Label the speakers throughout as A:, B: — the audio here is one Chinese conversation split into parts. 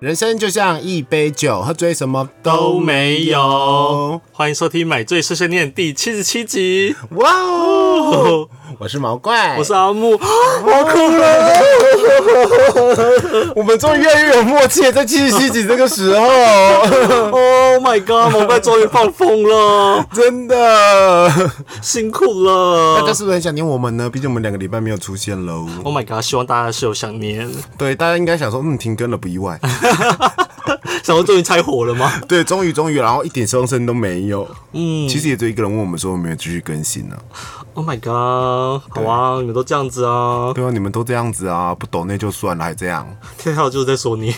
A: 人生就像一杯酒，喝醉什么
B: 都
A: 都没
B: 没有
A: 有。。
B: 欢迎收听《买醉碎碎念》第七十七集。
A: 哇 哦！
B: 哦，
A: 我是毛怪，
B: 我是阿 木，哦
A: 我们终于越来越有默契了，在七十七集这个时 候，
B: Oh my god！毛怪终于放风 了，
A: 真的，
B: 辛苦
A: 大家
B: 了。
A: 是不是很想念我们呢？毕竟我们两个礼拜没有出现喽。
B: Oh my god！希望大家是有想念，
A: 对，大家应该想说，嗯，停更了不意 外。
B: 想到终于拆火 了吗？
A: 对，终于终于，然后一点风声都没有。
B: 嗯
A: 其实也只有一个人问我们说有没有继续更新呢、
B: ，Oh my god！好啊，你们都这样子啊，
A: 对啊，你们都这样子啊，不懂那就算了，还这 样。
B: 天浩就是在说你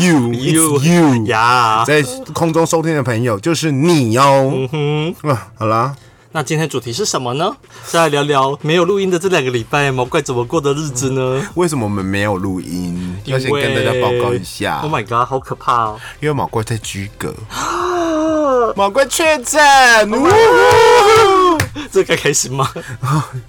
A: you it's
B: You
A: you
B: 呀。
A: 在空中收听的朋友就是你哦。
B: 嗯，
A: 啊，好啦，
B: 那今天的主题是什么呢？是来聊聊没有录音的这两个礼拜，毛怪怎么过的日子呢？
A: 为什么我们没有录音？
B: 因
A: 要
B: 为
A: 先跟大家报告一下
B: ，Oh，my，Oh god，好可怕 哦！
A: 因为马怪在居隔，马怪确诊，
B: 这该开心吗？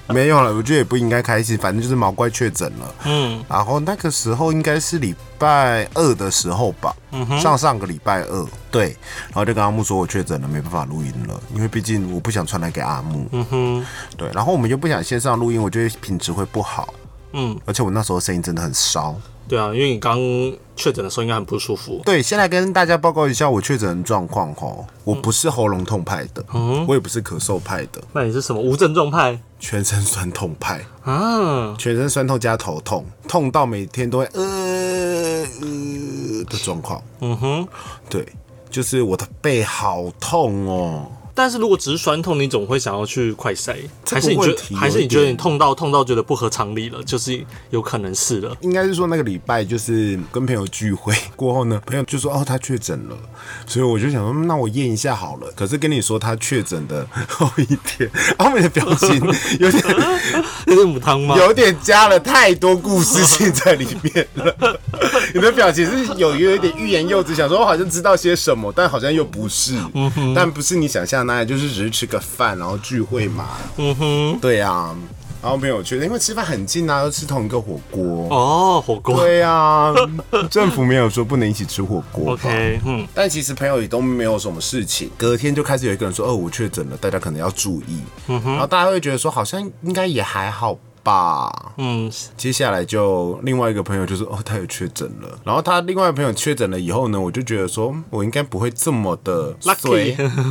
A: 没有了，我觉得也不应该开心，反正就是毛怪确诊了。
B: 嗯，
A: 然后那个时候应该是礼拜二的时候吧，
B: 嗯
A: 上上个礼拜二，对，然后就跟阿木说我确诊了，没办法录音了，因为毕竟我不想传染给阿木，
B: 嗯哼，
A: 对，然后我们又不想线上录音，我觉得品质会不好，
B: 嗯，
A: 而且我那时候声音真的很烧。
B: 对啊，因为你刚确诊的时候应该很不舒服。
A: 对，先来跟大家报告一下我确诊的状况吼，我不是喉咙痛派的，我也不是咳嗽派的，
B: 那你是什么无症状派
A: 全身酸痛派，
B: 啊？
A: 全身酸痛加头痛，痛到每天都会呃呃的状况。
B: 嗯哼，
A: 对，就是我的背好痛哦。
B: 但是如果只是酸痛，你总会想要去快筛，
A: 这
B: 还
A: 个
B: 是你觉
A: 问
B: 得
A: 题
B: 还是
A: 有
B: 你
A: 一
B: 觉得你
A: 点
B: 痛到痛到觉得不合常理了，就是有可能是了。
A: 应该是说那个礼拜就是跟朋友聚会过后呢，朋友就说哦他确诊了，所以我就想说嗯那我验一下好了。可是跟你说他确诊的后一天， 他们的表情有点
B: 那是母汤吗？
A: 有点加了太多故事性在里面了。 你的表情是有有一点欲言又止，想说我好像知道些什么，但好像又不是。
B: 嗯
A: 但不是你想象的那样，就是只是吃个饭然后聚会嘛。
B: 嗯哼，
A: 对啊，然后朋友圈，因为吃饭很近啊，都吃同一个火锅。
B: 哦，火锅。
A: 对啊，政府没有说不能一起吃火锅吧
B: OK，嗯，
A: 但其实朋友也都没有什么事情，隔天就开始有一个人说：“哦，我确诊了，大家可能要注意。
B: 嗯
A: 然后大家会觉得说：“好像应该也还好吧。”
B: 嗯，
A: 接下来就另外一个朋友就说：“哦，他也确诊了。”然后他另外一个朋友确诊了以后呢，我就觉得说，嗯我应该不会这么的
B: Lucky
A: 衰，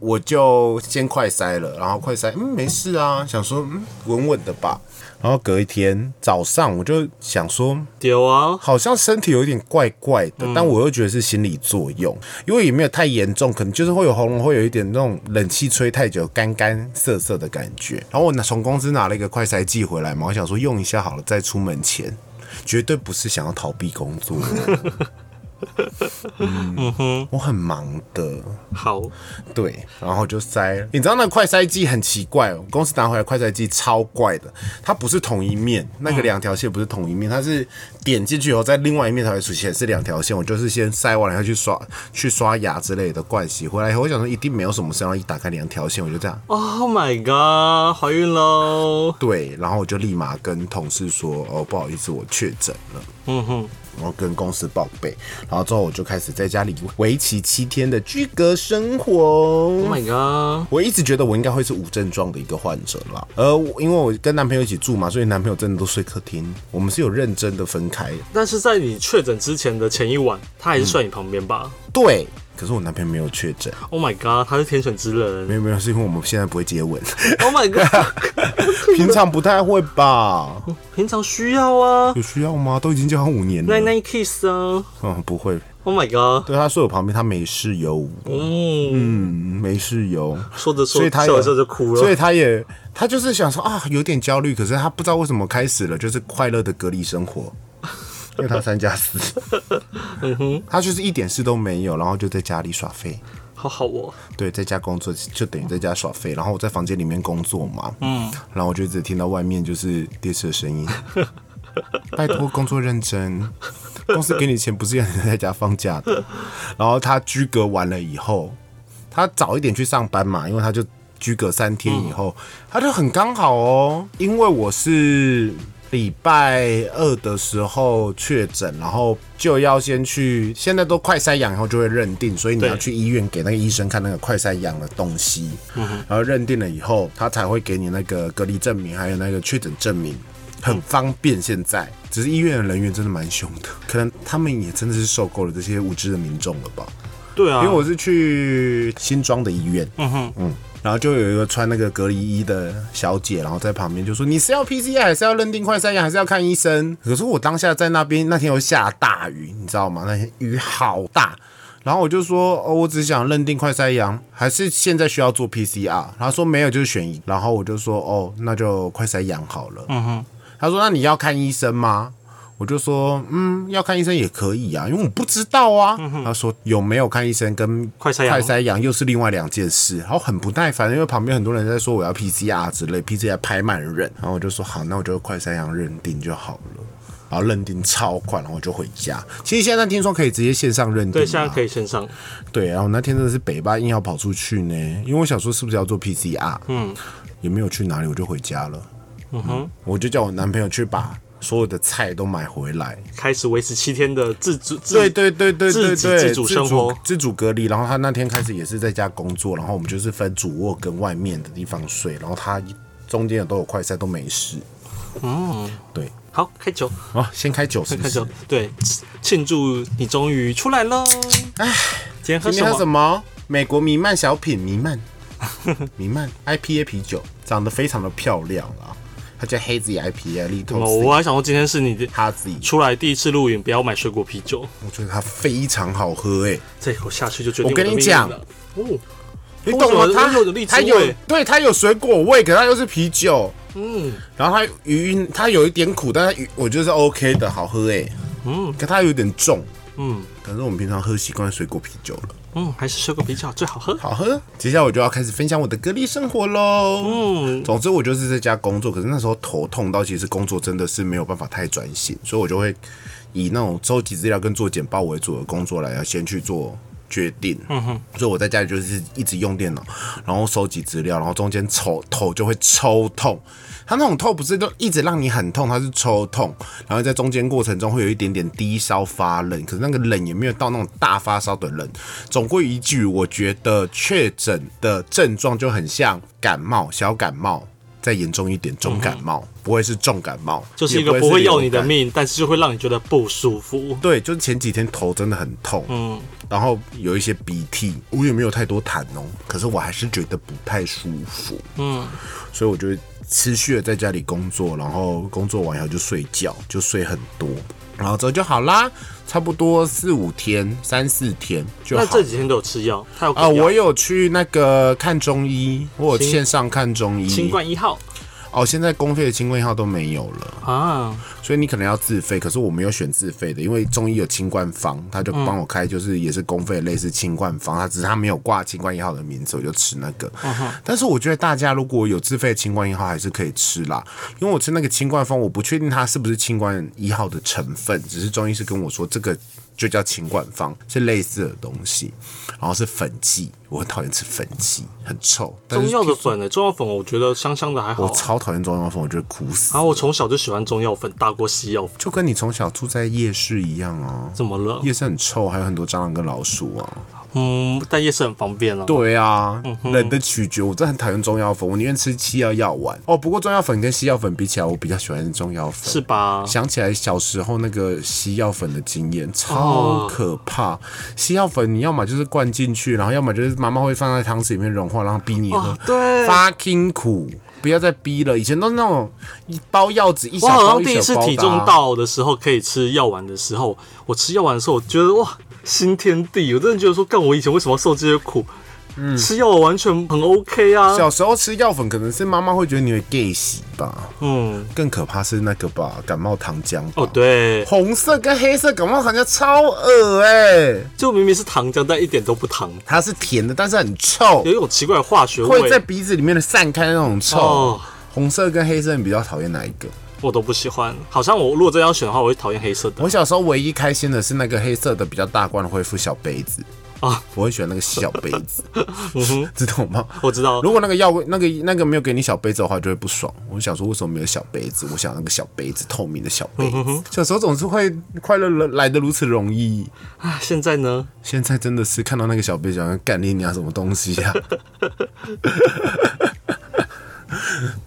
A: 我就先快筛了。然后快筛，嗯，没事啊，想说嗯，稳稳的吧。然后隔一天早上，我就想说，
B: 丢啊，
A: 好像身体有点怪怪的，
B: 嗯
A: 但我又觉得是心理作用，因为也没有太严重，可能就是会有喉咙会有一点那种冷气吹太久干干涩涩的感觉。然后我拿从公司拿了一个快筛剂回来嘛，我想说用一下好了，再出门前。绝对不是想要逃避工作，
B: 嗯哼，
A: 我很忙的，
B: 好，
A: 对，然后就塞了。你知道那个快筛剂很奇怪哦，公司拿回来快筛剂超怪的，它不是同一面，那个两条线不是同一面，它是点进去以后，在另外一面才会出现是两条线。我就是先塞完了，然后去刷去刷牙之类的盥洗，回来以后我想说一定没有什么事，然后一打开两条线，我就这样。
B: Oh my god，怀孕喽！
A: 对，然后我就立马跟同事说，哦，不好意思，我确诊了。
B: 嗯哼，
A: 然后跟公司报备，然后之后我就开始在家里为期七天的居隔生活。
B: ，Oh my god，
A: 我一直觉得我应该会是无症状的一个患者啦，呃，我因为我跟男朋友一起住嘛，所以男朋友真的都睡客厅，我们是有认真的分开。
B: 但是在你确诊之前的前一晚，他还是睡你旁边吧
A: 对，可是我男朋友没有确诊，
B: ？Oh my god，他是天选之人
A: 没有没有，是因为我们现在不会接 吻，
B: ！Oh my god，
A: 平常不太会吧？
B: 平常需要啊
A: 有需要吗？都已经交往五年了，
B: 奶奶 kiss 啊
A: 嗯，不会。
B: ！Oh my god，
A: 对，他睡我旁边，他没事哟，
B: 嗯，
A: 嗯，没事哟。
B: 说着
A: 所
B: 说
A: 以他
B: 着
A: 也
B: 笑着笑着就哭
A: 所以
B: 了。
A: 他也他就是想说啊，有点焦虑，可是他不知道为什么开始了，就是快乐的隔离生活，因为他三加 四，
B: 嗯
A: 他就是一点事都没有，然后就在家里耍废。
B: 好好哦，
A: 对，在家工作就等于在家耍废，然后我在房间里面工作嘛，嗯，然后我就一直听到外面就是电视的声 音。拜托，工作认真，公司给你钱不是让你在家放假的。然后他居隔完了以后，他早一点去上班嘛，因为他就居隔三天以后，他就很刚好哦，因为我是礼拜二的时候确诊，然后就要先去，现在都快筛阳，然后就会认定，所以你
B: 对
A: 要去医院给那个医生看那个快筛阳的东西，然后认定了以后，他才会给你那个隔离证明，还有那个确诊证明。很方便，现在只是医院的人员真的蛮凶的，可能他们也真的是受够了这些无知的民众了吧。
B: 对啊，
A: 因为我是去新庄的医院，嗯
B: 哼
A: 嗯，然后就有一个穿那个隔离衣的小姐，然后在旁边就说你是要 PCR 还是要认定快筛阳，还是要看医生？可是我当下在那边那天又下大雨，你知道吗？那天雨好大。然后我就说，哦，我只想认定快筛阳，还是现在需要做 PCR。他说没有，就是选一。然后我就说，哦，那就快筛阳好了。嗯哼。他说，那你要看医生吗？我就说，嗯，要看医生也可以啊，因为我不知道啊。他说有没有看医生跟
B: 嗯快筛阳
A: 快筛阳又是另外两件事，然后很不耐烦，因为旁边很多人在说我要 PCR 之类，PCR 排满人，然后我就说好，那我就快筛阳认定就好了。然后认定超快，然后我就回家。其实现在听说可以直接线上认定嘛，啊
B: 对，现在可以线上，
A: 对，然后那天真的是北巴硬要跑出去呢，因为我想说是不是要做 PCR，嗯，也没有去哪里，我就回家了。
B: 嗯哼，
A: 我就叫我男朋友去把所有的菜都买回来。
B: 开始维持七天的自主自
A: 对对对对对对，
B: 自给自足生活
A: 自主隔离。然后他那天开始也是在家工作，然后我们就是分主卧跟外面的地方睡，然后他中间有都有快塞都没事。嗯，对，
B: 好开球
A: 哦，先开酒是不
B: 开
A: 是
B: 球？，对，庆祝你终于出来喽！哎，今天喝
A: 今
B: 什
A: 天喝什
B: 么？
A: 么？美国弥漫小品弥 漫，弥漫 IPA 啤酒，长得非常的漂亮啊。它叫黑子 IPA，里头
B: 哦我还想说今天是你的
A: 哈子，
B: 出来第一次录影，不要买水果啤酒，
A: 我觉得它非常好喝欸诶、
B: 这口下去就决定
A: 我跟
B: 的
A: 你
B: 命运
A: 讲
B: 了。哦，
A: 你懂吗？
B: 为什么
A: 它
B: 为什么有荔枝
A: 它有
B: 味
A: 对它有水果味，可它又是啤酒，
B: 嗯，
A: 然后它余它有一点苦，但它余我觉得是 OK 的，好喝诶、
B: 嗯
A: 可它有点重，
B: 嗯
A: 可是我们平常喝习惯水果啤酒了，
B: 嗯，还是水果啤酒最好喝。
A: 好喝。接下来我就要开始分享我的隔离生活喽。
B: 嗯，
A: 总之我就是在家工作，可是那时候头痛到，其实工作真的是没有办法太专心，所以我就会以那种收集资料跟做简报为主的工作来，要先去做决定。嗯哼，所以我在家里就是一直用电脑，然后收集资料，然后中间抽头就会抽痛。它那种痛不是就一直让你很痛，它是抽痛，然后在中间过程中会有一点点低烧发冷，可是那个冷也没有到那种大发烧的冷。总归一句，我觉得确诊的症状就很像感冒、小感冒，再严重一点重感冒，不会是重感冒，
B: 就是一
A: 也
B: 个不会要你
A: 流
B: 的
A: 感。
B: 命，但是就会让你觉得不舒服。
A: 对，就是前几天头真的很痛，
B: 嗯，
A: 然后有一些鼻涕，我也没有太多痰哦，可是我还是觉得不太舒服，嗯，所以我就持续的在家里工作，然后工作完以后就睡觉，就睡很多，然后之后就好啦，差不多四五天、三四天就好了。
B: 那这几天都有吃药，还有
A: 啊、
B: 给药
A: 我有去那个看中医，我有
B: 新
A: 线上看中
B: 新
A: 医。
B: 冠一号
A: 哦，现在公费的清冠号都没有了，
B: 啊，
A: 所以你可能要自费。可是我没有选自费的，因为中医有清冠方，他就帮我开，就是也是公费类似清冠方，他只是他没有挂清冠一号的名字，我就吃那个。但是我觉得大家如果有自费的清冠一号，还是可以吃啦，因为我吃那个清冠方，我不确定它是不是清冠一号的成分，只是中医是跟我说这个就叫清冠方，是类似的东西，然后是粉剂，我很讨厌吃粉剂，很臭。但
B: 中
A: 是
B: 药的粉呢、欸中药粉我觉得香香的还好
A: 我。超讨厌中药粉，我觉得苦死。
B: 然后我从小就喜欢中药粉，大过西药粉。
A: 就跟你从小住在夜市一样啊，
B: 怎么了？
A: 夜市很臭，还有很多蟑螂跟老鼠啊。
B: 嗯，但夜市很方便了。
A: 对啊，人的取决，我真的很讨厌中药粉，我宁愿吃西药药丸。哦，不过中药粉跟西药粉比起来，我比较喜欢中药粉。
B: 是吧？
A: 想起来小时候那个西药粉的经
B: 啊
A: 验，超可怕。西药粉你要么就是灌进去，然后要么就是妈妈会放在汤匙里面融化，然后逼你喝
B: 哦。对
A: ，fucking 苦，不要再逼了。以前都是那种一包药子一小
B: 我好
A: 包
B: 像
A: 一小包的啊、
B: 第一次体重到的时候，可以吃药丸的时候，我吃药丸的时候，我觉得哇，新天地！我真的觉得说，干我以前为什么要受这些苦？
A: 嗯
B: 吃药我完全很 OK 啊。
A: 小时候吃药粉，可能是妈妈会觉得你会 gay 洗吧。
B: 嗯，
A: 更可怕是那个吧，感冒糖浆吧
B: 哦对，
A: 红色跟黑色感冒糖浆超恶哎、
B: 就明明是糖浆，但一点都不糖，
A: 它是甜的，但是很臭
B: 有，一种奇怪的化学
A: 会在
B: 味，
A: 鼻子里面的散开那种臭。
B: 哦
A: 红色跟黑色，你比较讨厌哪一个？
B: 我都不喜欢。好像我如果真
A: 嗯
B: 要选的话，我会讨厌黑色的。
A: 我小时候唯一开心的是那个黑色的比较大罐的恢复小杯子，啊，我很喜欢那个小杯 子，
B: 嗯
A: 知道吗？
B: 我知道，
A: 如果那个药味，那个那个没有给你小杯子的话，就会不爽。我想说，为什么没有小杯子？我想那个小杯子，透明的小杯
B: 嗯
A: 子。小时候总是会快乐来的如此容易，
B: 啊，现在呢？
A: 现在真的是看到那个小杯子，想干你娘什么东西啊呀、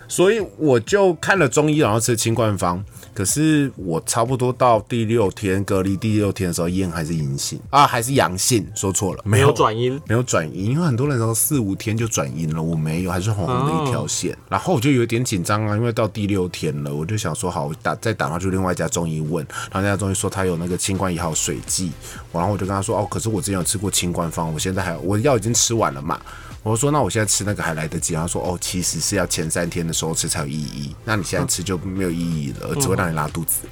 A: 所以我就看了中医，然后吃清冠方。可是我差不多到第六天隔离第六天的时候，验还是阴性啊，还是阳性，说错了，没
B: 没有转阴，
A: 没有转阴，因为很多人都四五天就转阴了，我没有，还是红红的一条线。然后我就有点紧张啊，因为到第六天了，我就想说好，我打再打电话去另外一家中医问，然后那家中医说他有那个清冠一号水剂，然后我就跟他说哦，可是我之前有吃过清冠方，我现在还我药已经吃完了嘛。我说那我现在吃那个还来得及，他说哦，其实是要前三天的时候吃才有意义，那你现在吃就没有意义了，只会让你拉肚子。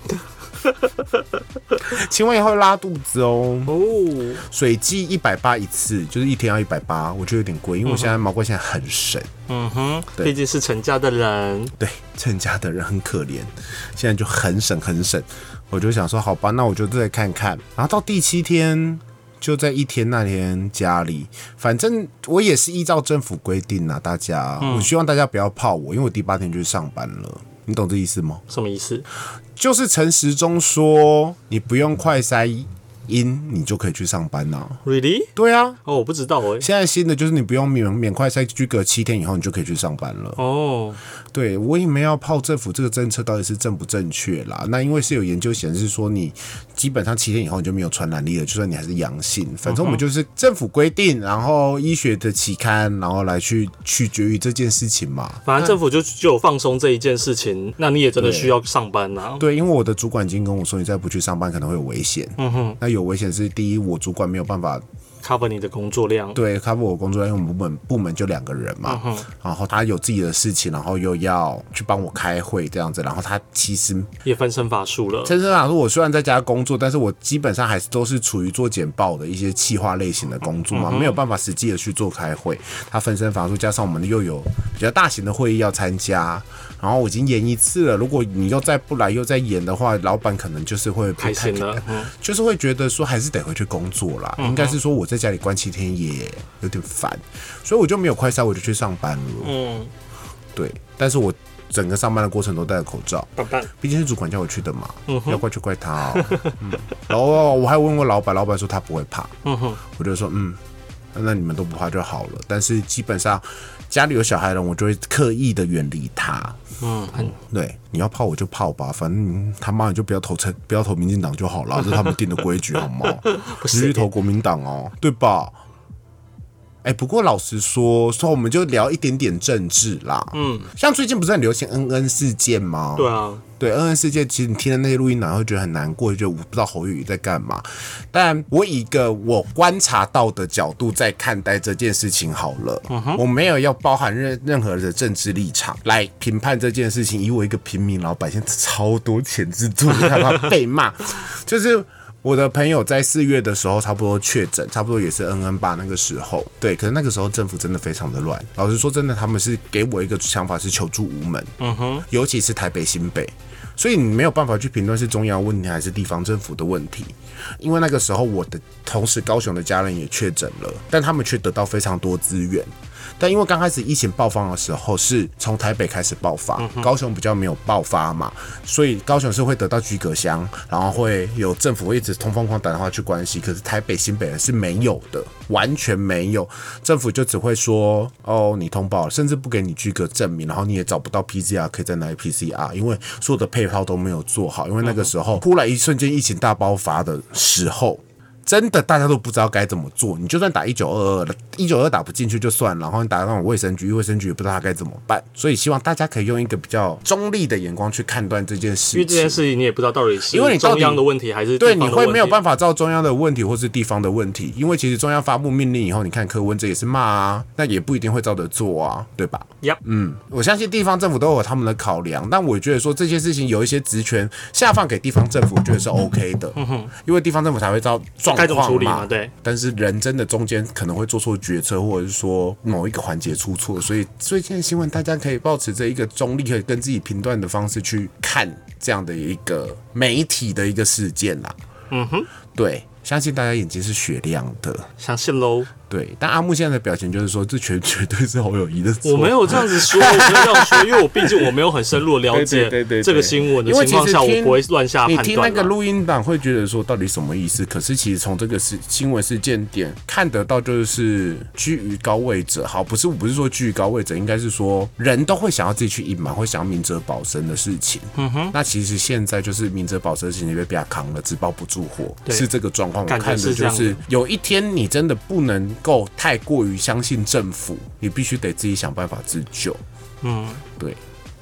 A: 清冠一号会拉肚子哦。
B: 哦，
A: 水剂一百八一次，就是一天要一百八，我觉得有点贵，因为我现在毛怪现在很省。
B: 嗯哼，
A: 对
B: 毕竟是成家的人，
A: 对，趁家的人很可怜，现在就很省很省。我就想说，好吧，那我就再看看。然后到第七天，就在一天那天家里，反正我也是依照政府规定啊，大家，我希望大家不要泡我，因为我第八天就去上班了，你懂这意思吗？
B: 什么意思？
A: 就是陈时中说，你不用快筛阴，你就可以去上班啦、
B: Really？
A: 对啊，
B: 哦，我不知道哎、
A: 现在新的就是你不用免免快筛，居隔七天以后你就可以去上班了。
B: 哦，
A: 对我也没要泡政府这个政策到底是正不正确啦。那因为是有研究显示说，你基本上七天以后你就没有传染力了，就算你还是阳性，反正我们就是政府规定，然后医学的期刊，然后来去取决于这件事情嘛。
B: 反正政府就就有放松这一件事情，那你也真的需要上班啊呐、
A: 对，因为我的主管已经跟我说，你再不去上班可能会有危险。嗯哼，那有危险是第一，我主管没有办法
B: cover 你的工作量。
A: 对 cover 我工作，因为我们部门部门就两个人嘛，然后他有自己的事情，然后又要去帮我开会这样子，然后他其实
B: 也分身乏术了。
A: 陈生啊，说我虽然在家工作，但是我基本上还是都是处于做简报的一些企划类型的工作
B: 嗯
A: 嘛，没有办法实际的去做开会。他分身乏术，加上我们又有比较大型的会议要参加，然后我已经延一次了。如果你又再不来又再延的话，老板可能就是会不
B: 开
A: 太
B: 心了，嗯，
A: 就是会觉得说还是得回去工作啦。应该是说我在家里关七天也有点烦，所以我就没有快筛，我就去上班了。
B: 嗯，
A: 对，但是我整个上班的过程都戴着口罩。
B: 棒棒，
A: 毕竟是主管叫我去的嘛，要怪就怪他哦。嗯、然后我还问过老板，老板说他不会怕，
B: 嗯哼，
A: 我就说嗯，那你们都不怕就好了。但是基本上家里有小孩的人，我就会刻意的远离他。
B: 嗯，很
A: 对，你要泡我就泡吧，反正他妈你就不要投成，不要投民进党就好了，这是他们定的规矩，好吗？你去投国民党哦，对吧？哎、不过老实说，说我们就聊一点点政治啦。嗯，像最近不是很流行恩恩事件吗？
B: 对啊，
A: 对恩恩世界，其实你听的那些录音档会觉得很难过，就觉得我不知道侯友谊在干嘛。但我以一个我观察到的角度在看待这件事情好了，我没有要包含任任何的政治立场来评判这件事情。以我一个平民老百姓，超多钱之助，害怕被骂，就是。我的朋友在四月的时候差不多确诊，差不多也是恩恩吧那个时候，对，可是那个时候政府真的非常的乱。老实说，真的他们是给我一个想法是求助无门，嗯哼，尤其是台北新北，所以你没有办法去评论是中央问题还是地方政府的问题，因为那个时候我的同时高雄的家人也确诊了，但他们却得到非常多资源。但因为刚开始疫情爆发的时候是从台北开始爆发，高雄比较没有爆发嘛，所以高雄是会得到居隔箱，然后会有政府会一直通疯狂打电话去关系，可是台北新北人是没有的，完全没有，政府就只会说哦你通报了，甚至不给你居隔证明，然后你也找不到 PCR 可以在哪里 PCR，因为所有的配套都没有做好，因为那个时候突然一瞬间疫情大爆发的时候，真的大家都不知道该怎么做。你就算打一九二二，一九二打不进去就算了，然后你打那种卫生局，卫生局也不知道他该怎么办。所以希望大家可以用一个比较中立的眼光去看待这件事
B: 因为这件
A: 情。
B: 事情你也不知道到底是
A: 因为你到底
B: 中央的问题还是
A: 对，
B: 地方
A: 你
B: 的
A: 会没有
B: 问题
A: 办法照中央的问题或是地方的问题，因为其实中央发布命令以后，你看柯文哲也是骂啊，那也不一定会照着做啊，对吧？
B: 呀，嗯，
A: 我相信地方政府都有他们的考量，但我觉得说这些事情有一些职权下放给地方政府，我觉得是 OK 的，因为地方政府才会知道状
B: 该怎么
A: 况
B: 处理
A: 嘛
B: 嘛，。对，
A: 但是人真的中间可能会做错决策，或者是说某一个环节出错，所以最近的新闻大家可以保持着一个中立和跟自己评断的方式去看这样的一个媒体的一个事件啦。嗯哼，对。相信大家眼睛是雪亮的。
B: 相信喽。
A: 对，但阿木现在的表情就是说，这绝 绝对是侯友谊的错。
B: 我没有这样子说，我没有这样说，因为我毕竟我没有很深入了
A: 对对对
B: 解
A: 对对
B: 这个新闻的
A: 因为
B: 情
A: 其
B: 况
A: 实
B: 下，我
A: 听
B: 不会乱下
A: 你
B: 判
A: 听那
B: 断啊
A: 个
B: 啦。
A: 录音档会觉得说到底什么意思，可是其实从这个事新闻事件点看得到，就是居于高位者，好，不是不是说居于高位者，应该是说人都会想要自己去隐瞒，会想要明哲保身的事情。嗯哼，那其实现在就是明哲保身的事情被被他扛了，纸包不住火，
B: 对
A: 是这个状况。我
B: 感觉
A: 看
B: 是
A: 的
B: 这
A: 就
B: 样
A: 是有一天你真的不能够太过于相信政府，你必须得自己想办法自救。
B: 嗯，
A: 对。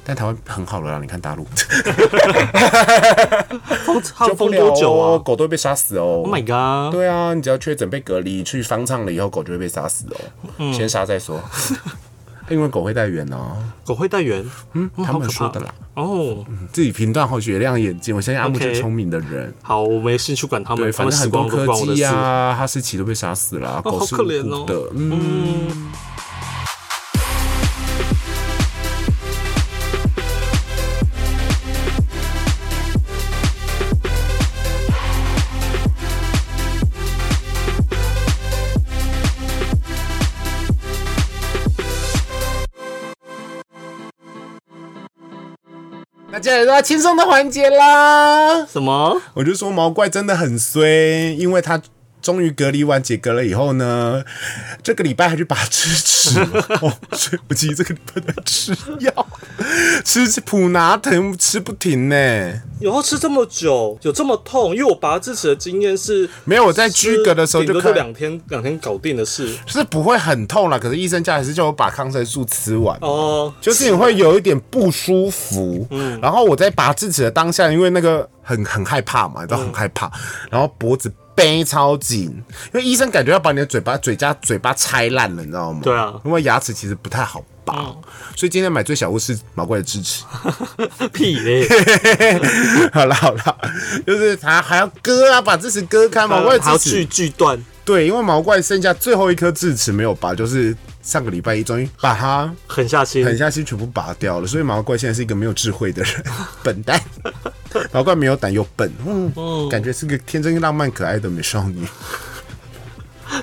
A: 但台湾很好了啦，你看大陆
B: 封他
A: 救不
B: 封
A: 了
B: 多久
A: 哦
B: 啊
A: 狗都会被杀死哦。
B: ？Oh my god！
A: 对啊，你只要确诊被隔离，去方舱了以后，狗就会被杀死哦。
B: 嗯
A: 先杀再 说，因为狗会带源哦，
B: 狗会带源，嗯，
A: 他
B: 好
A: 们
B: 可
A: 说
B: 怕
A: 的啦。
B: 哦。
A: 自己评断后雪亮眼睛，我相信阿木
B: OK
A: 是聪明的人。
B: 好，我没兴趣管他
A: 对，
B: 们，他
A: 反
B: 们
A: 正
B: 死
A: 很
B: 光
A: 多
B: 都不
A: 科
B: 关我的
A: 技
B: 事。
A: 啊，哈士奇都被杀死了啊，
B: 哦
A: 狗是
B: 好
A: 无
B: 可怜
A: 辜的
B: 哦。
A: 嗯，那接下来到轻松的环节啦。
B: 什么？
A: 我就说毛怪真的很衰，因为他终于隔离完解隔了以后呢，这个礼拜还去拔智齿哦，所以我其实这个礼拜在吃药，吃普拿疼吃不停呢。
B: 有要吃这么久，有这么痛？因为我拔智齿的经验是，
A: 没有我在居隔的时候就
B: 顶多
A: 看
B: 两天，两天搞定的事。
A: 就是不会很痛啦，可是医生家还是叫我把抗生素吃完。
B: 哦，
A: 就是你会有一点不舒服，嗯，然后我在拔智齿的当下，因为那个很很害怕嘛，你知道很害怕，然后脖子背超紧，因为医生感觉要把你的嘴巴、嘴加嘴巴拆烂了，你知道吗？
B: 对啊
A: 因为牙齿其实不太好拔，所以今天买最小物是毛怪的智齿。
B: 屁嘞！
A: 好啦好啦，就是他还要割啊，把智齿割开，毛怪
B: 呃还要
A: 的智
B: 锯
A: 齿
B: 锯断，
A: 对，因为毛怪剩下最后一颗智齿没有拔，就是上个礼拜一终于把它
B: 狠下心。
A: 狠下心全部拔掉了，所以毛怪现在是一个没有智慧的人，笨蛋。毛怪没有胆又笨，嗯，感觉是个天真浪漫可爱的美少女，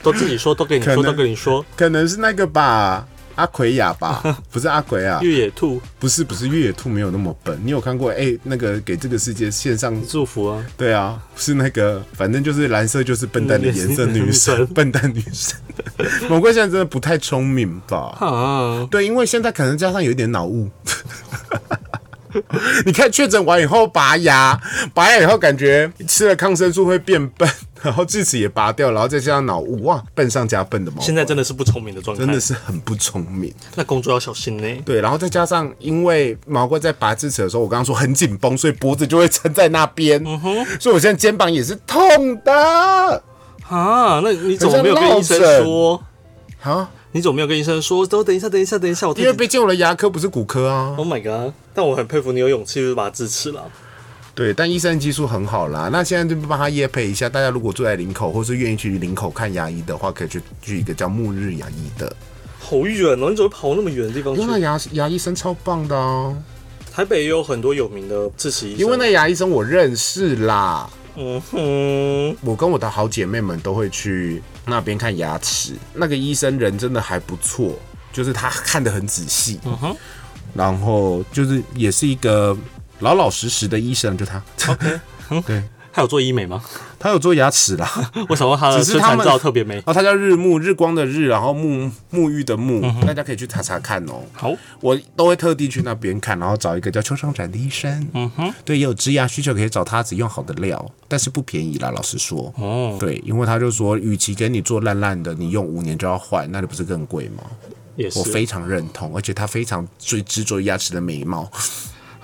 B: 都自己说，都跟你
A: 可
B: 说，
A: 能
B: 都跟你说。
A: 可能是那个吧，阿奎亚吧，不是阿奎亚，
B: 越野兔
A: 不是不是越野兔没有那么笨，你有看过哎、那个给这个世界献上
B: 祝福啊！
A: 对啊，是那个，反正就是蓝色就是笨蛋的颜色，
B: 嗯
A: 女神
B: 女，神
A: 笨蛋女神。 毛怪现在真的不太聪明吧？
B: 啊，
A: 对，因为现在可能加上有一点脑雾。 你看确诊完以后拔牙，拔牙以后感觉吃了抗生素会变笨， 然后智齿也拔掉，然后再加上脑雾，哇，笨上加笨的毛怪。
B: 现在真的是不聪明的状态，
A: 真的是很不聪明，
B: 那工作要小心呢。
A: 对，然后再加上因为毛怪在拔智齿的时候，我刚刚说很紧绷，所以脖子就会撑在那边，
B: 嗯
A: 所以我现在肩膀也是痛的。
B: 啊，那你怎么没有跟医
A: 很像
B: 生
A: 落枕
B: 说？
A: 啊，
B: 你怎么没有跟医生说？都等一下，等一下，等一下，我
A: 因为毕竟我的牙科不是骨科啊，
B: Oh my god！但我很佩服你有勇气去把它支持了。
A: 对，但医生技术很好啦。那现在就帮他业配一下，大家如果住在林口，或是愿意去林口看牙医的话，可以去去一个叫暮日牙医的。
B: 好远哦，你怎么会跑那么远的地方
A: 因为那
B: 去？
A: 牙牙医生超棒的哦、
B: 台北也有很多有名的支持医生。
A: 因为那牙医生我认识啦，
B: 嗯哼，
A: 我跟我的好姐妹们都会去那边看牙齿。那个医生人真的还不错，就是他看得很仔细，
B: 嗯哼，
A: 然后就是也是一个老老实实的医生，就他。 对，
B: 还有做医美吗？
A: 他有做牙齿啦。
B: 我想到他的
A: 只是
B: 身
A: 他
B: 材
A: 们
B: 呃
A: 哦
B: 照特别美。
A: 然后它叫日暮，日光的日，然后沐沐浴的沐，
B: 嗯
A: 大家可以去查查看哦。
B: 好，
A: 我都会特地去那边看，然后找一个叫邱尚展的医生，嗯哼，对，也有植牙需求可以找他，只用好的料，但是不便宜啦，老实说。
B: 哦，
A: 对，因为他就说，与其给你做烂烂的，你用五年就要换，那你不是更贵吗？
B: 也是
A: 我。非常认同，而且他非常最执着于牙齿的美貌。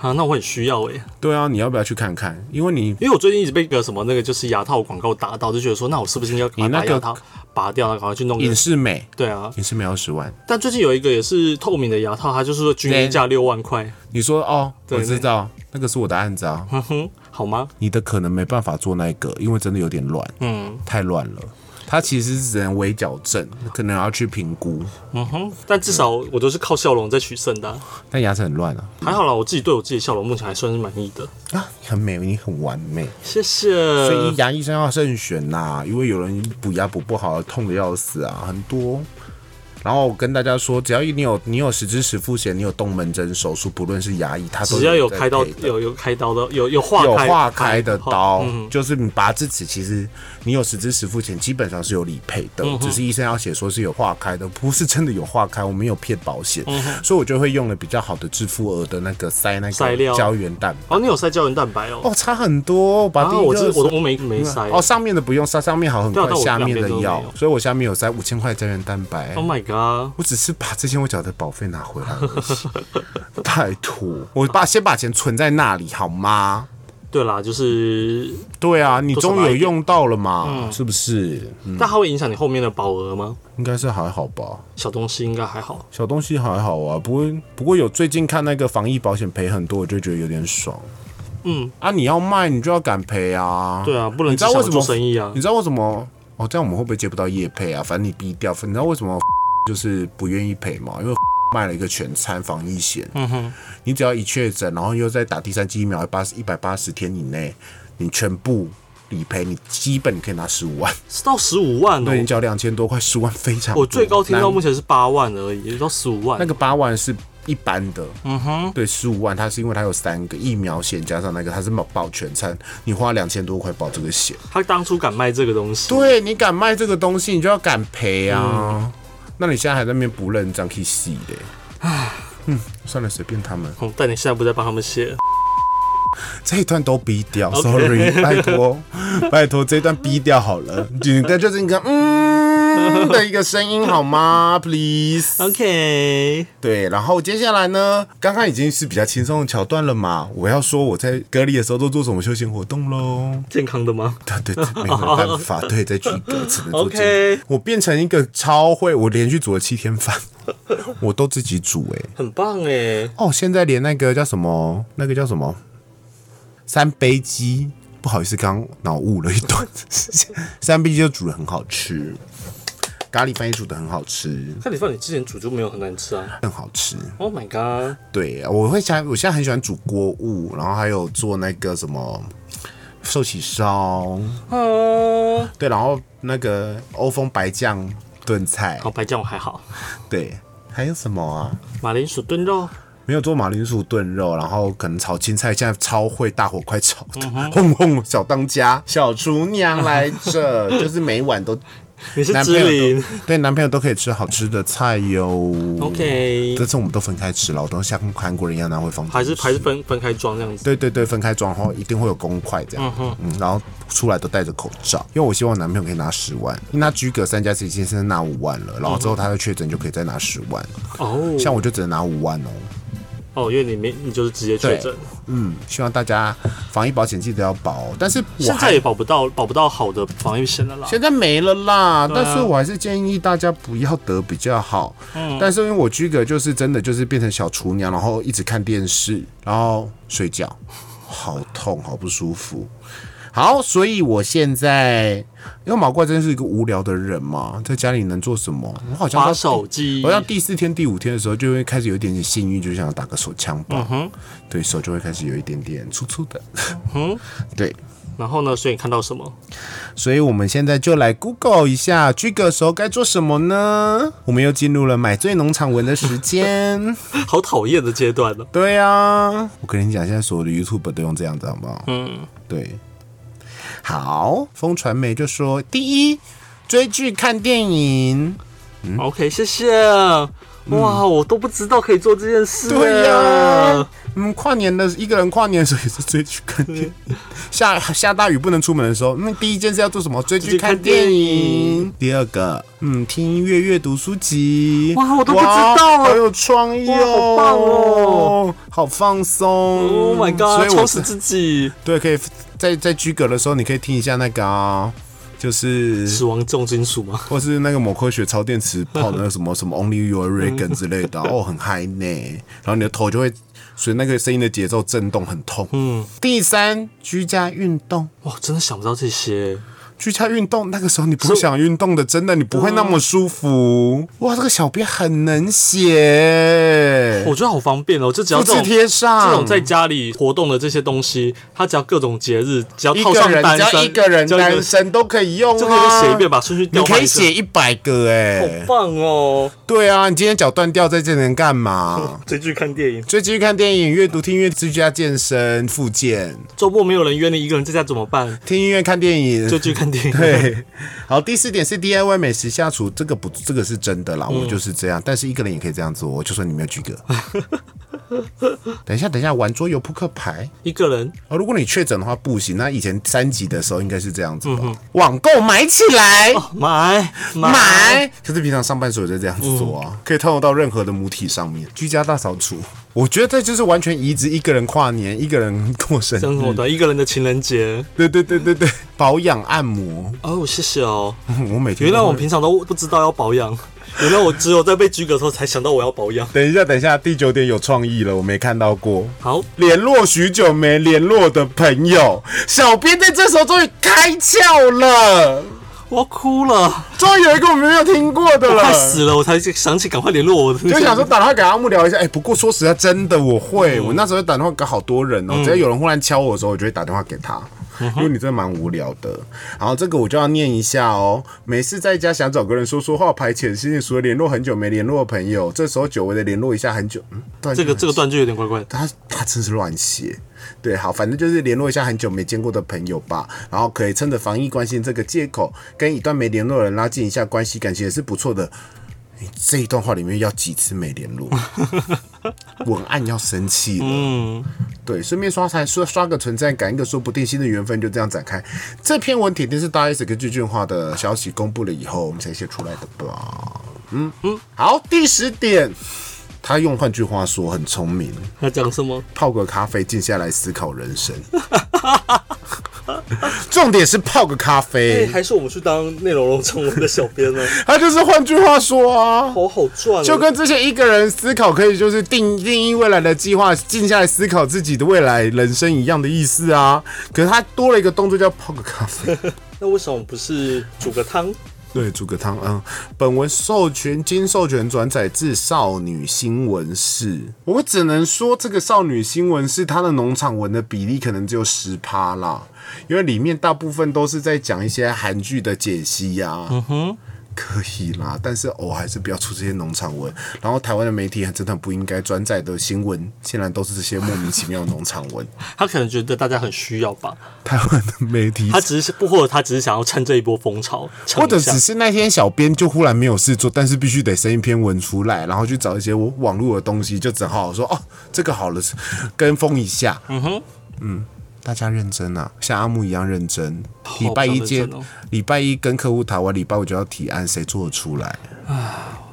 B: 啊，那我很需要哎、
A: 对啊，你要不要去看看？因为你
B: 因为我最近一直被一个什么那个就是牙套广告打到，就觉得说，那我是不是应该把
A: 你那
B: 把
A: 个
B: 牙套拔掉，然后赶快去弄个
A: 影？视美，
B: 对啊，
A: 影视美要十万，
B: 但最近有一个也是透明的牙套，它就是说均
A: 对
B: 一价六万块，
A: 你说哦，
B: 对
A: 我知道，那个是我的案子啊。
B: 哼哼，好吗？
A: 你的可能没办法做那个，因为真的有点乱，
B: 嗯，
A: 太乱了。它其实只能微矫正，可能要去评估。
B: 嗯哼，但至少我都是靠笑容在取胜的啊、
A: 但牙齿很乱啊，
B: 还好啦，我自己对我自己的笑容目前还算是满意的，
A: 啊，你很美，你很完美。
B: 谢谢。
A: 所以牙医生要慎选呐、因为有人补牙补不好，痛的要死啊，很多。然后我跟大家说，只要你有你有十支十付险，你有动门诊手术，不论是牙医，他都
B: 只要有
A: 在
B: 开刀
A: 赔，的
B: 有有开刀的，有有化
A: 有
B: 开
A: 化开的刀，
B: 嗯
A: 就是你拔智齿，其实你有十支十付钱，基本上是有理赔
B: 嗯
A: 的，只是医生要写说是有化开的，不是真的有化开，我没有骗保险，
B: 嗯
A: 所以我就会用了比较好的致富额的那个塞那
B: 塞料
A: 个胶原蛋白。
B: 哦，你有塞胶原蛋白哦。
A: 哦，差很多，把第
B: 啊，
A: 一
B: 我
A: 个、
B: 这我都我没没塞。
A: 哦，上面的不用塞，上面好很
B: 对啊
A: 快，
B: 但我
A: 下面的
B: 两边都
A: 要
B: 没，有
A: 所以我下面有塞五千块胶原蛋白。
B: Oh my god！
A: 我只是把之前我缴的保费拿回来而已， 拜托，我把先把钱存在那里好吗？
B: 对啦，就是，
A: 对啊，你
B: 多少
A: 终
B: 拿
A: 于有
B: 一点
A: 用到了嘛，
B: 嗯
A: 是不是？
B: 但它会影响你后面的保额吗？
A: 应该是还好吧，
B: 小东西应该还好。
A: 小东西还好啊。不过不过有最近看那个防疫保险赔很多，我就觉得有点爽。
B: 嗯，
A: 啊，你要卖你就要敢赔啊。
B: 对啊，不能
A: 你知
B: 只
A: 道
B: 想
A: 为
B: 着
A: 什么
B: 做生意啊
A: 你。知道为什么？哦，这样我们会不会接不到业配啊？反正你逼掉。你知道为什么 就是不愿意赔吗？因为 卖了一个全餐防疫险，
B: 嗯哼，
A: 你只要一确诊，然后又再打第三剂疫苗，八十一百八十天以内，你全部理赔，你基本可以拿十五万。
B: 到十五万哦
A: 对，你。缴两千多块，十万非常多。
B: 我最高听
A: 那
B: 到目前是八万而已，也到十五
A: 嗯
B: 万。
A: 那个八万是一般的，嗯哼，对，十五万它是因为它有三个疫苗险加上那个它是保保全餐，你花两千多块保这个险，
B: 他当初敢卖这个东西，，
A: 对啊你敢卖这个东西，你就要敢赔
B: 嗯
A: 啊。那你现在还在那边不认账，可以洗的。嗯，算了，随便他们，
B: 嗯，但你现在不在帮他们写，
A: 这一段都逼掉
B: OK
A: ，sorry，拜托，拜托，这一段逼掉好了，你的就是一个嗯的一个声音好吗？Please。
B: OK，
A: 对，然后接下来呢，刚刚已经是比较轻松的桥段了嘛，我要说我在隔离的时候都做什么休闲活动喽。
B: 健康的吗？
A: 对对对，没有办法，对，在居隔只能做健
B: OK
A: 我变成一个超会，我连续煮了七天饭， 我都自己煮哎、
B: 很棒哎，
A: 哦，现在连那个叫什么，那个叫什么三杯鸡，不好意思，刚脑误了一顿， 三杯鸡就煮的很好吃，咖喱饭也煮的很好吃，
B: 咖喱饭你之前煮就没有很难吃啊。
A: 更好吃。
B: Oh my god！
A: 对，我会想，我现在很喜欢煮锅物，然后还有做那个什么寿喜烧，
B: 啊，
A: 对，然后那个欧风白酱炖菜
B: 好，，白酱我还好，
A: 对，还有什么啊？
B: 马铃薯炖肉，
A: 没有做马铃薯炖肉，然后可能炒青菜，现在超会大火快炒的，
B: 嗯
A: 轰轰小当家、小厨娘来 着，就是每晚都
B: 你是
A: 男朋
B: 芝
A: 友
B: 林
A: 都对男朋友都可以吃好吃的菜哟。
B: ，OK，
A: 这次我们都分开吃了，我都像韩国人一样拿回房间吃，
B: 还是还是分分开装这样子。
A: 对对对，分开装后一定会有公筷这样，嗯然后出来都戴着口罩，因为我希望我男朋友可以拿十万，因为他居隔三加四已经是拿五万了，然后之后他的确诊就可以再拿十万，
B: 哦，
A: 像我就只能拿五万哦。
B: 哦，因为你没你就是直接确诊，
A: 嗯，希望大家防疫保险记得要保哦，但是我
B: 现在
A: 还
B: 也保不到保不到好的防疫险了啦。
A: 现在没了啦，
B: 啊
A: 但是我还是建议大家不要得比较好。
B: 嗯
A: 但是因为我居隔就是真的就是变成小厨娘，然后一直看电视，然后睡觉，好痛，好不舒服。好，所以我现在因为毛怪真是一个无聊的人嘛，在家里能做什么？我好像
B: 滑
A: 到
B: 手机
A: 我，到第四天、第五天的时候，就会开始有一点点幸运，就想打个手枪吧。
B: 嗯哼
A: 对手就会开始有一点点粗粗的。
B: 嗯，
A: 对，
B: 然后呢？所以你看到什么？
A: 所以我们现在就来 Google 一下居格时候该做什么呢？我们又进入了买醉农场文的时间。
B: 好讨厌的阶段呢。
A: 对啊，我跟你讲，现在所有的 YouTube 都用这样子，好不好？
B: 嗯，
A: 对。好，风传媒就说，第一，追剧看电影。嗯
B: OK，谢谢。哇，我都不知道可以做这件事。
A: 对呀、嗯，跨年的一个人跨年的时候也是追剧看电影。下下大雨不能出门的时候，嗯，第一件事要做什么？追剧看电影。第二个，嗯，听音乐、阅读书籍。
B: 哇我都不知道
A: 哇好有创意
B: 哇
A: 哦，
B: 好棒哦，
A: 好放松。
B: Oh my
A: 嗯所
B: god！
A: 以我
B: 充实
A: 是
B: 自己，
A: 对，可以在在居格的时候，你可以听一下那个啊、就是
B: 死亡重金属吗？
A: 或是那个某科学超电池跑那个什么什么 Only Your
B: 嗯
A: Reagan 之类的，哦，很嗨呢。然后你的头就会随那个声音的节奏震动，很痛。嗯。第三，居家运动，
B: 哇，真的想不到这些。
A: 居家运动，那个时候你不想运动的，真的你不会那么舒
B: 嗯
A: 服。哇，这个小编很能写，
B: 我觉得好方便哦，就只要
A: 复
B: 这
A: 制
B: 种
A: 贴上，
B: 这种在家里活动的这些东西，它只要各种节日，只要
A: 一
B: 套
A: 个
B: 上
A: 人
B: 单
A: 只
B: 身，
A: 要一个人
B: 只要一个
A: 单身都可以用
B: 就可以
A: 啊，
B: 写一遍，把顺序调
A: 你
B: 换
A: 可
B: 一
A: 以
B: 下
A: 写一百个哎、
B: 好棒哦！
A: 对啊，你今天脚断掉在这能干 嘛？
B: 追剧看电影，
A: 追剧、看电影、阅读、听音乐、居家健身、复健、
B: 周末没有人约你，一个人在家怎么办？
A: 听音乐、看电影，
B: 追剧看电影，，
A: 对，好，第四点是 DIY 美食下厨，这个不，这个是真的啦，我就是这样，但是一个人也可以这样做，我就说你没有举个。 等一下，等一下，玩桌游扑克牌
B: 一个人
A: 哦。如果你确诊的话不行，那以前三级的时候应该是这样子吧？网购买起来。
B: 买哦买，
A: 买，可是平常上班时候就这样子做啊，可以套用到任何的母体上面。居家大扫除，我觉得这就是完全移植一个人跨年，一个人过生
B: 生活
A: 日。
B: 的一个人的情人节
A: 对对对对对， 保养按摩，
B: 哦，谢谢哦。
A: 我每天
B: 原来
A: 都
B: 我
A: 会
B: 平常都不知道要保养， 原来我只有在被拘格的时候才想到我要保养。
A: 等一下，等一下，第九点有创意了，我没看到过。
B: 好，
A: 联络许久没联络的朋友，小编在这时候终于开窍了，
B: 我要哭 了，
A: 终于有一个我们没有听过的了
B: 快。死了，我才想起赶快联络我的。
A: 就想说打电话给阿木聊一下，哎、不过说实在，真的我会，
B: 嗯
A: 我那时候打电话给好多人哦、只要有人忽然敲我的时候，我就会打电话给他，
B: 嗯
A: 因为你真的蛮无聊的。然后这个我就要念一下哦、每次在家想找个人说说话排遣心情，除了联络很久没联络的朋友，这时候久违的联络一下很久，嗯，突然
B: 这
A: 就
B: 个这个断句有点怪怪的。
A: 他他真是乱写。对，好，反正就是联络一下很久没见过的朋友吧，然后可以趁着防疫关系这个借口，跟一段没联络的人拉近一下关系，感情也是不错的。你这一段话里面要几次没联络？ 文案要生气了。
B: 嗯，
A: 对，顺便刷才刷刷个存在感，一个说不定新的缘分就这样展开。这篇文铁定是大 S 跟具俊化的消息公布了以后，我们才写出来的吧？嗯嗯，好，第十点，他用换句话说很聪明。
B: 他讲什么？
A: 泡个咖啡，静下来思考人生。 重点是泡个咖
B: 哎，
A: 啡，
B: 还是我们去当内容农场文的小 编呢？
A: 他就是换句话说 啊，
B: 好好赚哦，
A: 就跟之前一个人思考可以就是定定义未来的计划，静下来思考自己的未来人生一样的意思啊。可是他多了一个动作叫泡个咖啡，
B: 那为什么不是煮个汤？
A: 对，煮个汤。嗯，本文授权经授权转载至少女新闻室，我只能说这个少女新闻室它的农场文的比例可能只有十趴啦，因为里面大部分都是在讲一些韩剧的解析呀、嗯哼。可以啦，但是我、哦、还是不要出这些农场文。然后台湾的媒体真的不应该转载的新闻，竟然都是这些莫名其妙的农场文。
B: 他可能觉得大家很需要吧，
A: 台湾的媒体
B: 他只是不，或者他只是想要趁这一波风潮，撑
A: 或
B: 一
A: 者
B: 下
A: 只是那天小编就忽然没有事做，但是必须得生一篇文出来，然后去找一些我网络的东西，就只好说哦，这个好了，跟风一下。嗯哼，嗯，大家认真啊，像阿木一样认真。礼拜一接
B: 认真哦，
A: 礼拜一跟客户谈完，礼拜五就要提案，谁做得出来？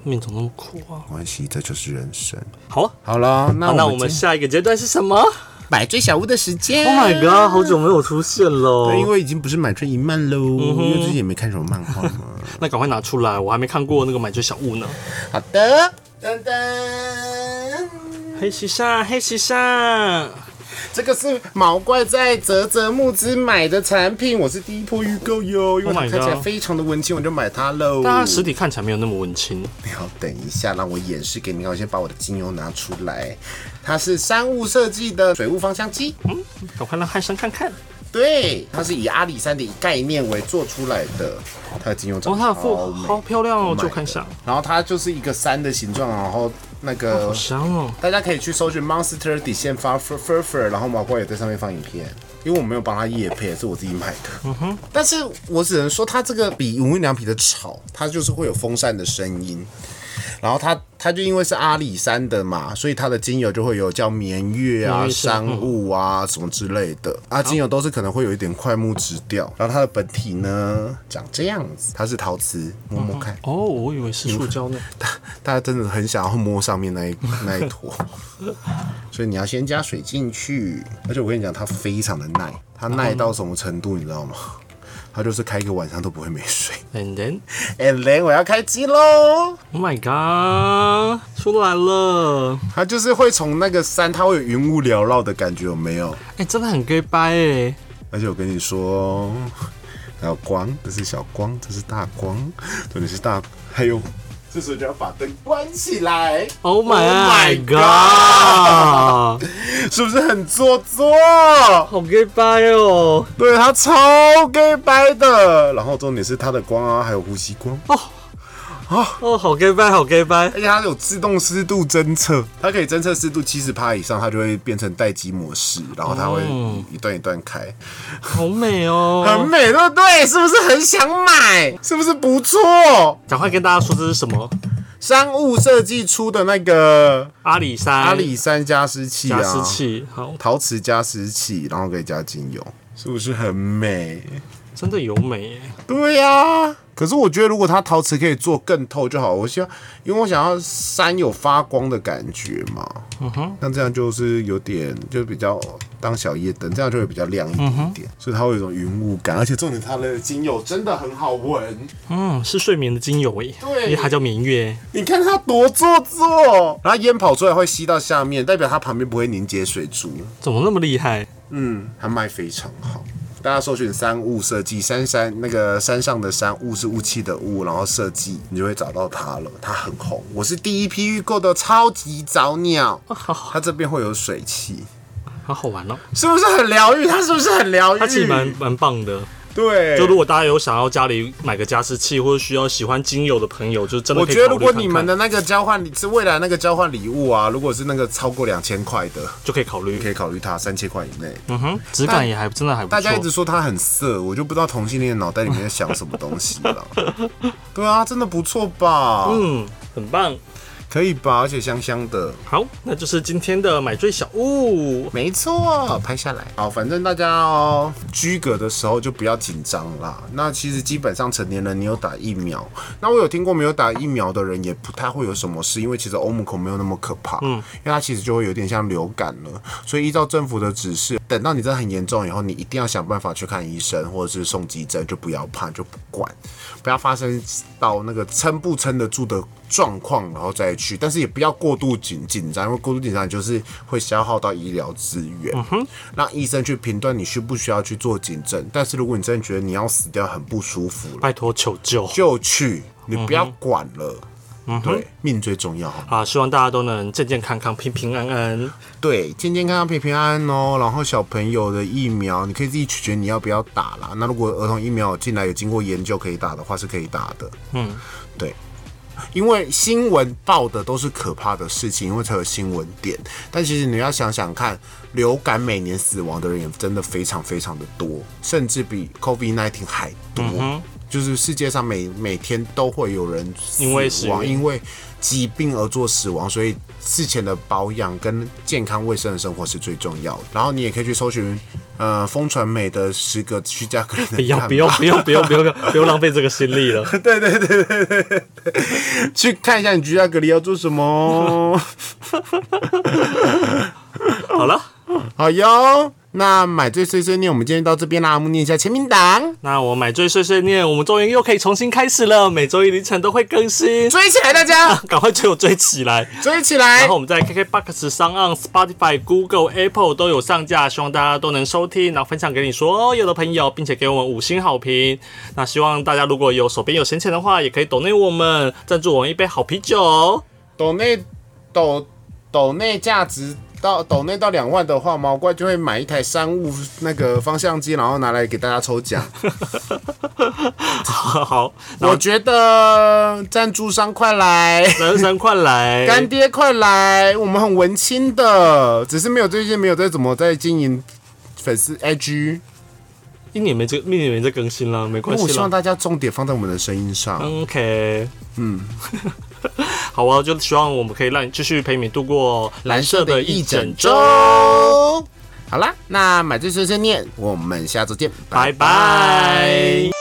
B: 命怎么那么苦啊？
A: 没关系，这就是人生。
B: 好啊，
A: 好了，那
B: 好那我
A: 今
B: 们
A: 天
B: 下一个阶段是什么？Oh
A: 买醉小屋的时间。
B: my god，好久没有出现喽
A: 对，因为已经不是买醉一漫喽，因为最近也没看什么漫画嘛。
B: 那赶快拿出来，我还没看过那个买醉小屋呢。
A: 好的，噔噔。
B: 黑西沙，黑西沙，
A: 这个是毛怪在泽泽木之买的产品，我是第一波预购哟，因为
B: Oh
A: 它
B: my
A: 看起来
B: god
A: 非常的文青，我就买它喽。
B: 但它实体看起来没有那么文青。
A: 你好，等一下，让我演示给你看，我先把我的精油拿出来。它是山雾设计的水雾芳香机，
B: 嗯，赶快让汉生看看。
A: 对，它是以阿里山的一概念为做出来的。它的精油
B: 哦，
A: 长
B: 它
A: 得
B: 的腹
A: 好美，
B: 好漂亮哦，
A: 买
B: 就看一下
A: 的，然后它就是一个山的形状，然后那
B: 好
A: 个
B: 香哦。
A: 大家可以去搜寻 Monster 底线发 fur fur fur，然后毛怪也在上面放影片。因为我没有帮他夜配，是我自己买的。嗯哼，但是我只能说，它这个比无印良品的吵，它就是会有风扇的声音。然后它它就因为是阿里山的嘛，所以它的精油就会有叫绵月啊、
B: 绵月香
A: 山雾啊什么之类的啊，精油都是可能会有一点快木质调。然后它的本体呢长这样子，它是陶瓷，摸摸看。
B: 哦，我以为是塑胶呢。
A: 大大家真的很想要摸上面那一那一坨，所以你要先加水进去。而且我跟你讲，它非常的耐，它耐到什么程度，你知道吗？它就是开一个晚上都不会没水。
B: And then，
A: And then 我要开机喽，
B: Oh my god，出来了！
A: 它就是会从那个山，它会有云雾缭绕的感觉，有没有？
B: 欸哎、真的很 gay 掰哎、
A: 而且我跟你说，还有光，这是小光，这是大光，这里是大，还有。这时候就要把灯关起来，
B: Oh my
A: my
B: god！
A: 是不是很做作？
B: 好 gay bye 哦，
A: 对，它超 gay 白的。然后重点是它的光啊，还有呼吸光，
B: 哦，好 gay bye，好 gay bye。
A: 而且它有自动湿度侦测，它可以侦测湿度七十帕以上，它就会变成待机模式，然后它会
B: 哦
A: 一段一段开，
B: 好美
A: 很
B: 哦！
A: 美，对不对？是不是很想买？是不是不错？
B: 赶快跟大家说这是什么？
A: 商务设计出的那个
B: 阿里山，
A: 阿里啊山加湿器啊，
B: 哎加湿器，好，
A: 陶瓷加湿器，然后可以加精油，是不是很美？
B: 真的有美耶！
A: 对呀、可是我觉得，如果它陶瓷可以做更透就好。我希望，因为我想要山有发光的感觉嘛。嗯哼，那这样就是有点，就比较当小夜灯，这样就会比较亮一点点，所以它会有一种云雾感。而且重点，它的精油真的很好闻。
B: 嗯，是睡眠的精油耶，
A: 对
B: 因为它叫眠月。
A: 你看它多做作，然后烟跑出来会吸到下面，代表它旁边不会凝结水珠。
B: 怎么那么厉害？
A: 嗯，它卖非常好。大家搜寻“山雾设计”，山山那个山上的山，雾是雾气的雾，然后设计，你就会找到它了。它很红，我是第一批预购的超级早鸟。它这边会有水汽，
B: 好好玩哦，
A: 是不是很疗愈？它是不是很疗愈？
B: 它其实蛮蛮棒的。
A: 对。
B: 就如果大家有想要家里买个加湿器，或者需要喜欢精油的朋友，就真的
A: 我
B: 可以
A: 觉得
B: 考
A: 如
B: 虑
A: 果
B: 看
A: 你
B: 看
A: 们的那个交换礼是未来那个交换礼物啊，如果是那个超过两千块的，
B: 就可以考
A: 你可
B: 虑。
A: 以考虑它三千块以内。
B: 嗯哼，质感也还真的还不
A: 大
B: 错。
A: 家一直说它很色，我就不知道同性恋脑袋里面在想什么东西了。对啊，真的不错吧？
B: 嗯，很棒。
A: 可以吧？而且香香的，
B: 好，那就是今天的买醉小物。
A: 没错，拍下来。好，反正大家哦，居隔的时候就不要紧张啦。那其实基本上成年人你有打疫苗，那我有听过没有打疫苗的人也不太会有什么事，因为其实欧姆口没有那么可怕，嗯，因为它其实就会有点像流感了。所以依照政府的指示，等到你真的很严重以后，你一定要想办法去看医生或者是送急诊，就不要怕，就不管，不要发生到那个撑不撑得住的状况，然后再去，但是也不要过度紧紧张，因为过度紧张就是会消耗到医疗资源。让医生去评断你需不需要去做紧诊，但是如果你真的觉得你要死掉很不舒服了，
B: 拜托求救
A: 就去，你不要管了。对，命最重要。
B: 啊！希望大家都能健健康康、平平安安。
A: 对，健健康康、平平安安哦。然后小朋友的疫苗，你可以自己取决你要不要打啦。那如果儿童疫苗进来有经过研究可以打的话，是可以打的。嗯，对。因为新闻报的都是可怕的事情，因为才有新闻点。但其实你要想想看，流感每年死亡的人也真的非常非常的多，甚至比 COVID-19 还多。
B: 嗯
A: 就是世界上每每天都会有人死
B: 因为死
A: 亡，
B: 于
A: 因为疾病而做死亡，所以事前的保养跟健康卫生的生活是最重要的。然后你也可以去搜寻，呃，风传媒的十个居家个人的
B: 不 要
A: 看
B: 不要
A: 法
B: 不要不要不要不要浪费这个心力了。
A: 对对对对对对，去看一下你居家隔离要做什 么。
B: 好了，
A: 好哟，那买醉碎碎念，我们今天到这边啦，我们念一下签名档，
B: 那我买醉碎碎念，我们终于又可以重新开始了。每周一凌晨都会更新，
A: 追起来大家，
B: 赶快追我追起来！
A: 追起来
B: 然后。我们在 KKBox、上岸、Spotify、Google、Apple 都有上架，希望大家都能收听，然后分享给你所有的朋友，并且给我们五星好评。那希望大家如果有手边有闲钱的话，也可以抖内我们，赞助我们一杯好啤酒。
A: 抖内抖抖内价值到抖内到两万的话，毛怪就会买一台商务那个方向机，然后拿来给大家抽奖。
B: 好好，然
A: 我
B: 后
A: 觉得赞助商快来，
B: 人生快来，
A: 干爹快来，我们很文青的，只是没有最近没有在怎么在经营粉丝 IG。
B: 一年没这一年没在更新了，没关
A: 我
B: 系
A: 希望
B: 了。
A: 大家重点放在我们的声音
B: 啊
A: 上。
B: OK，嗯， 好啊，就希望我们可以让你继续陪你度过蓝色的一整周。
A: 好啦，那买醉碎碎念，我们下周见，
B: 拜拜。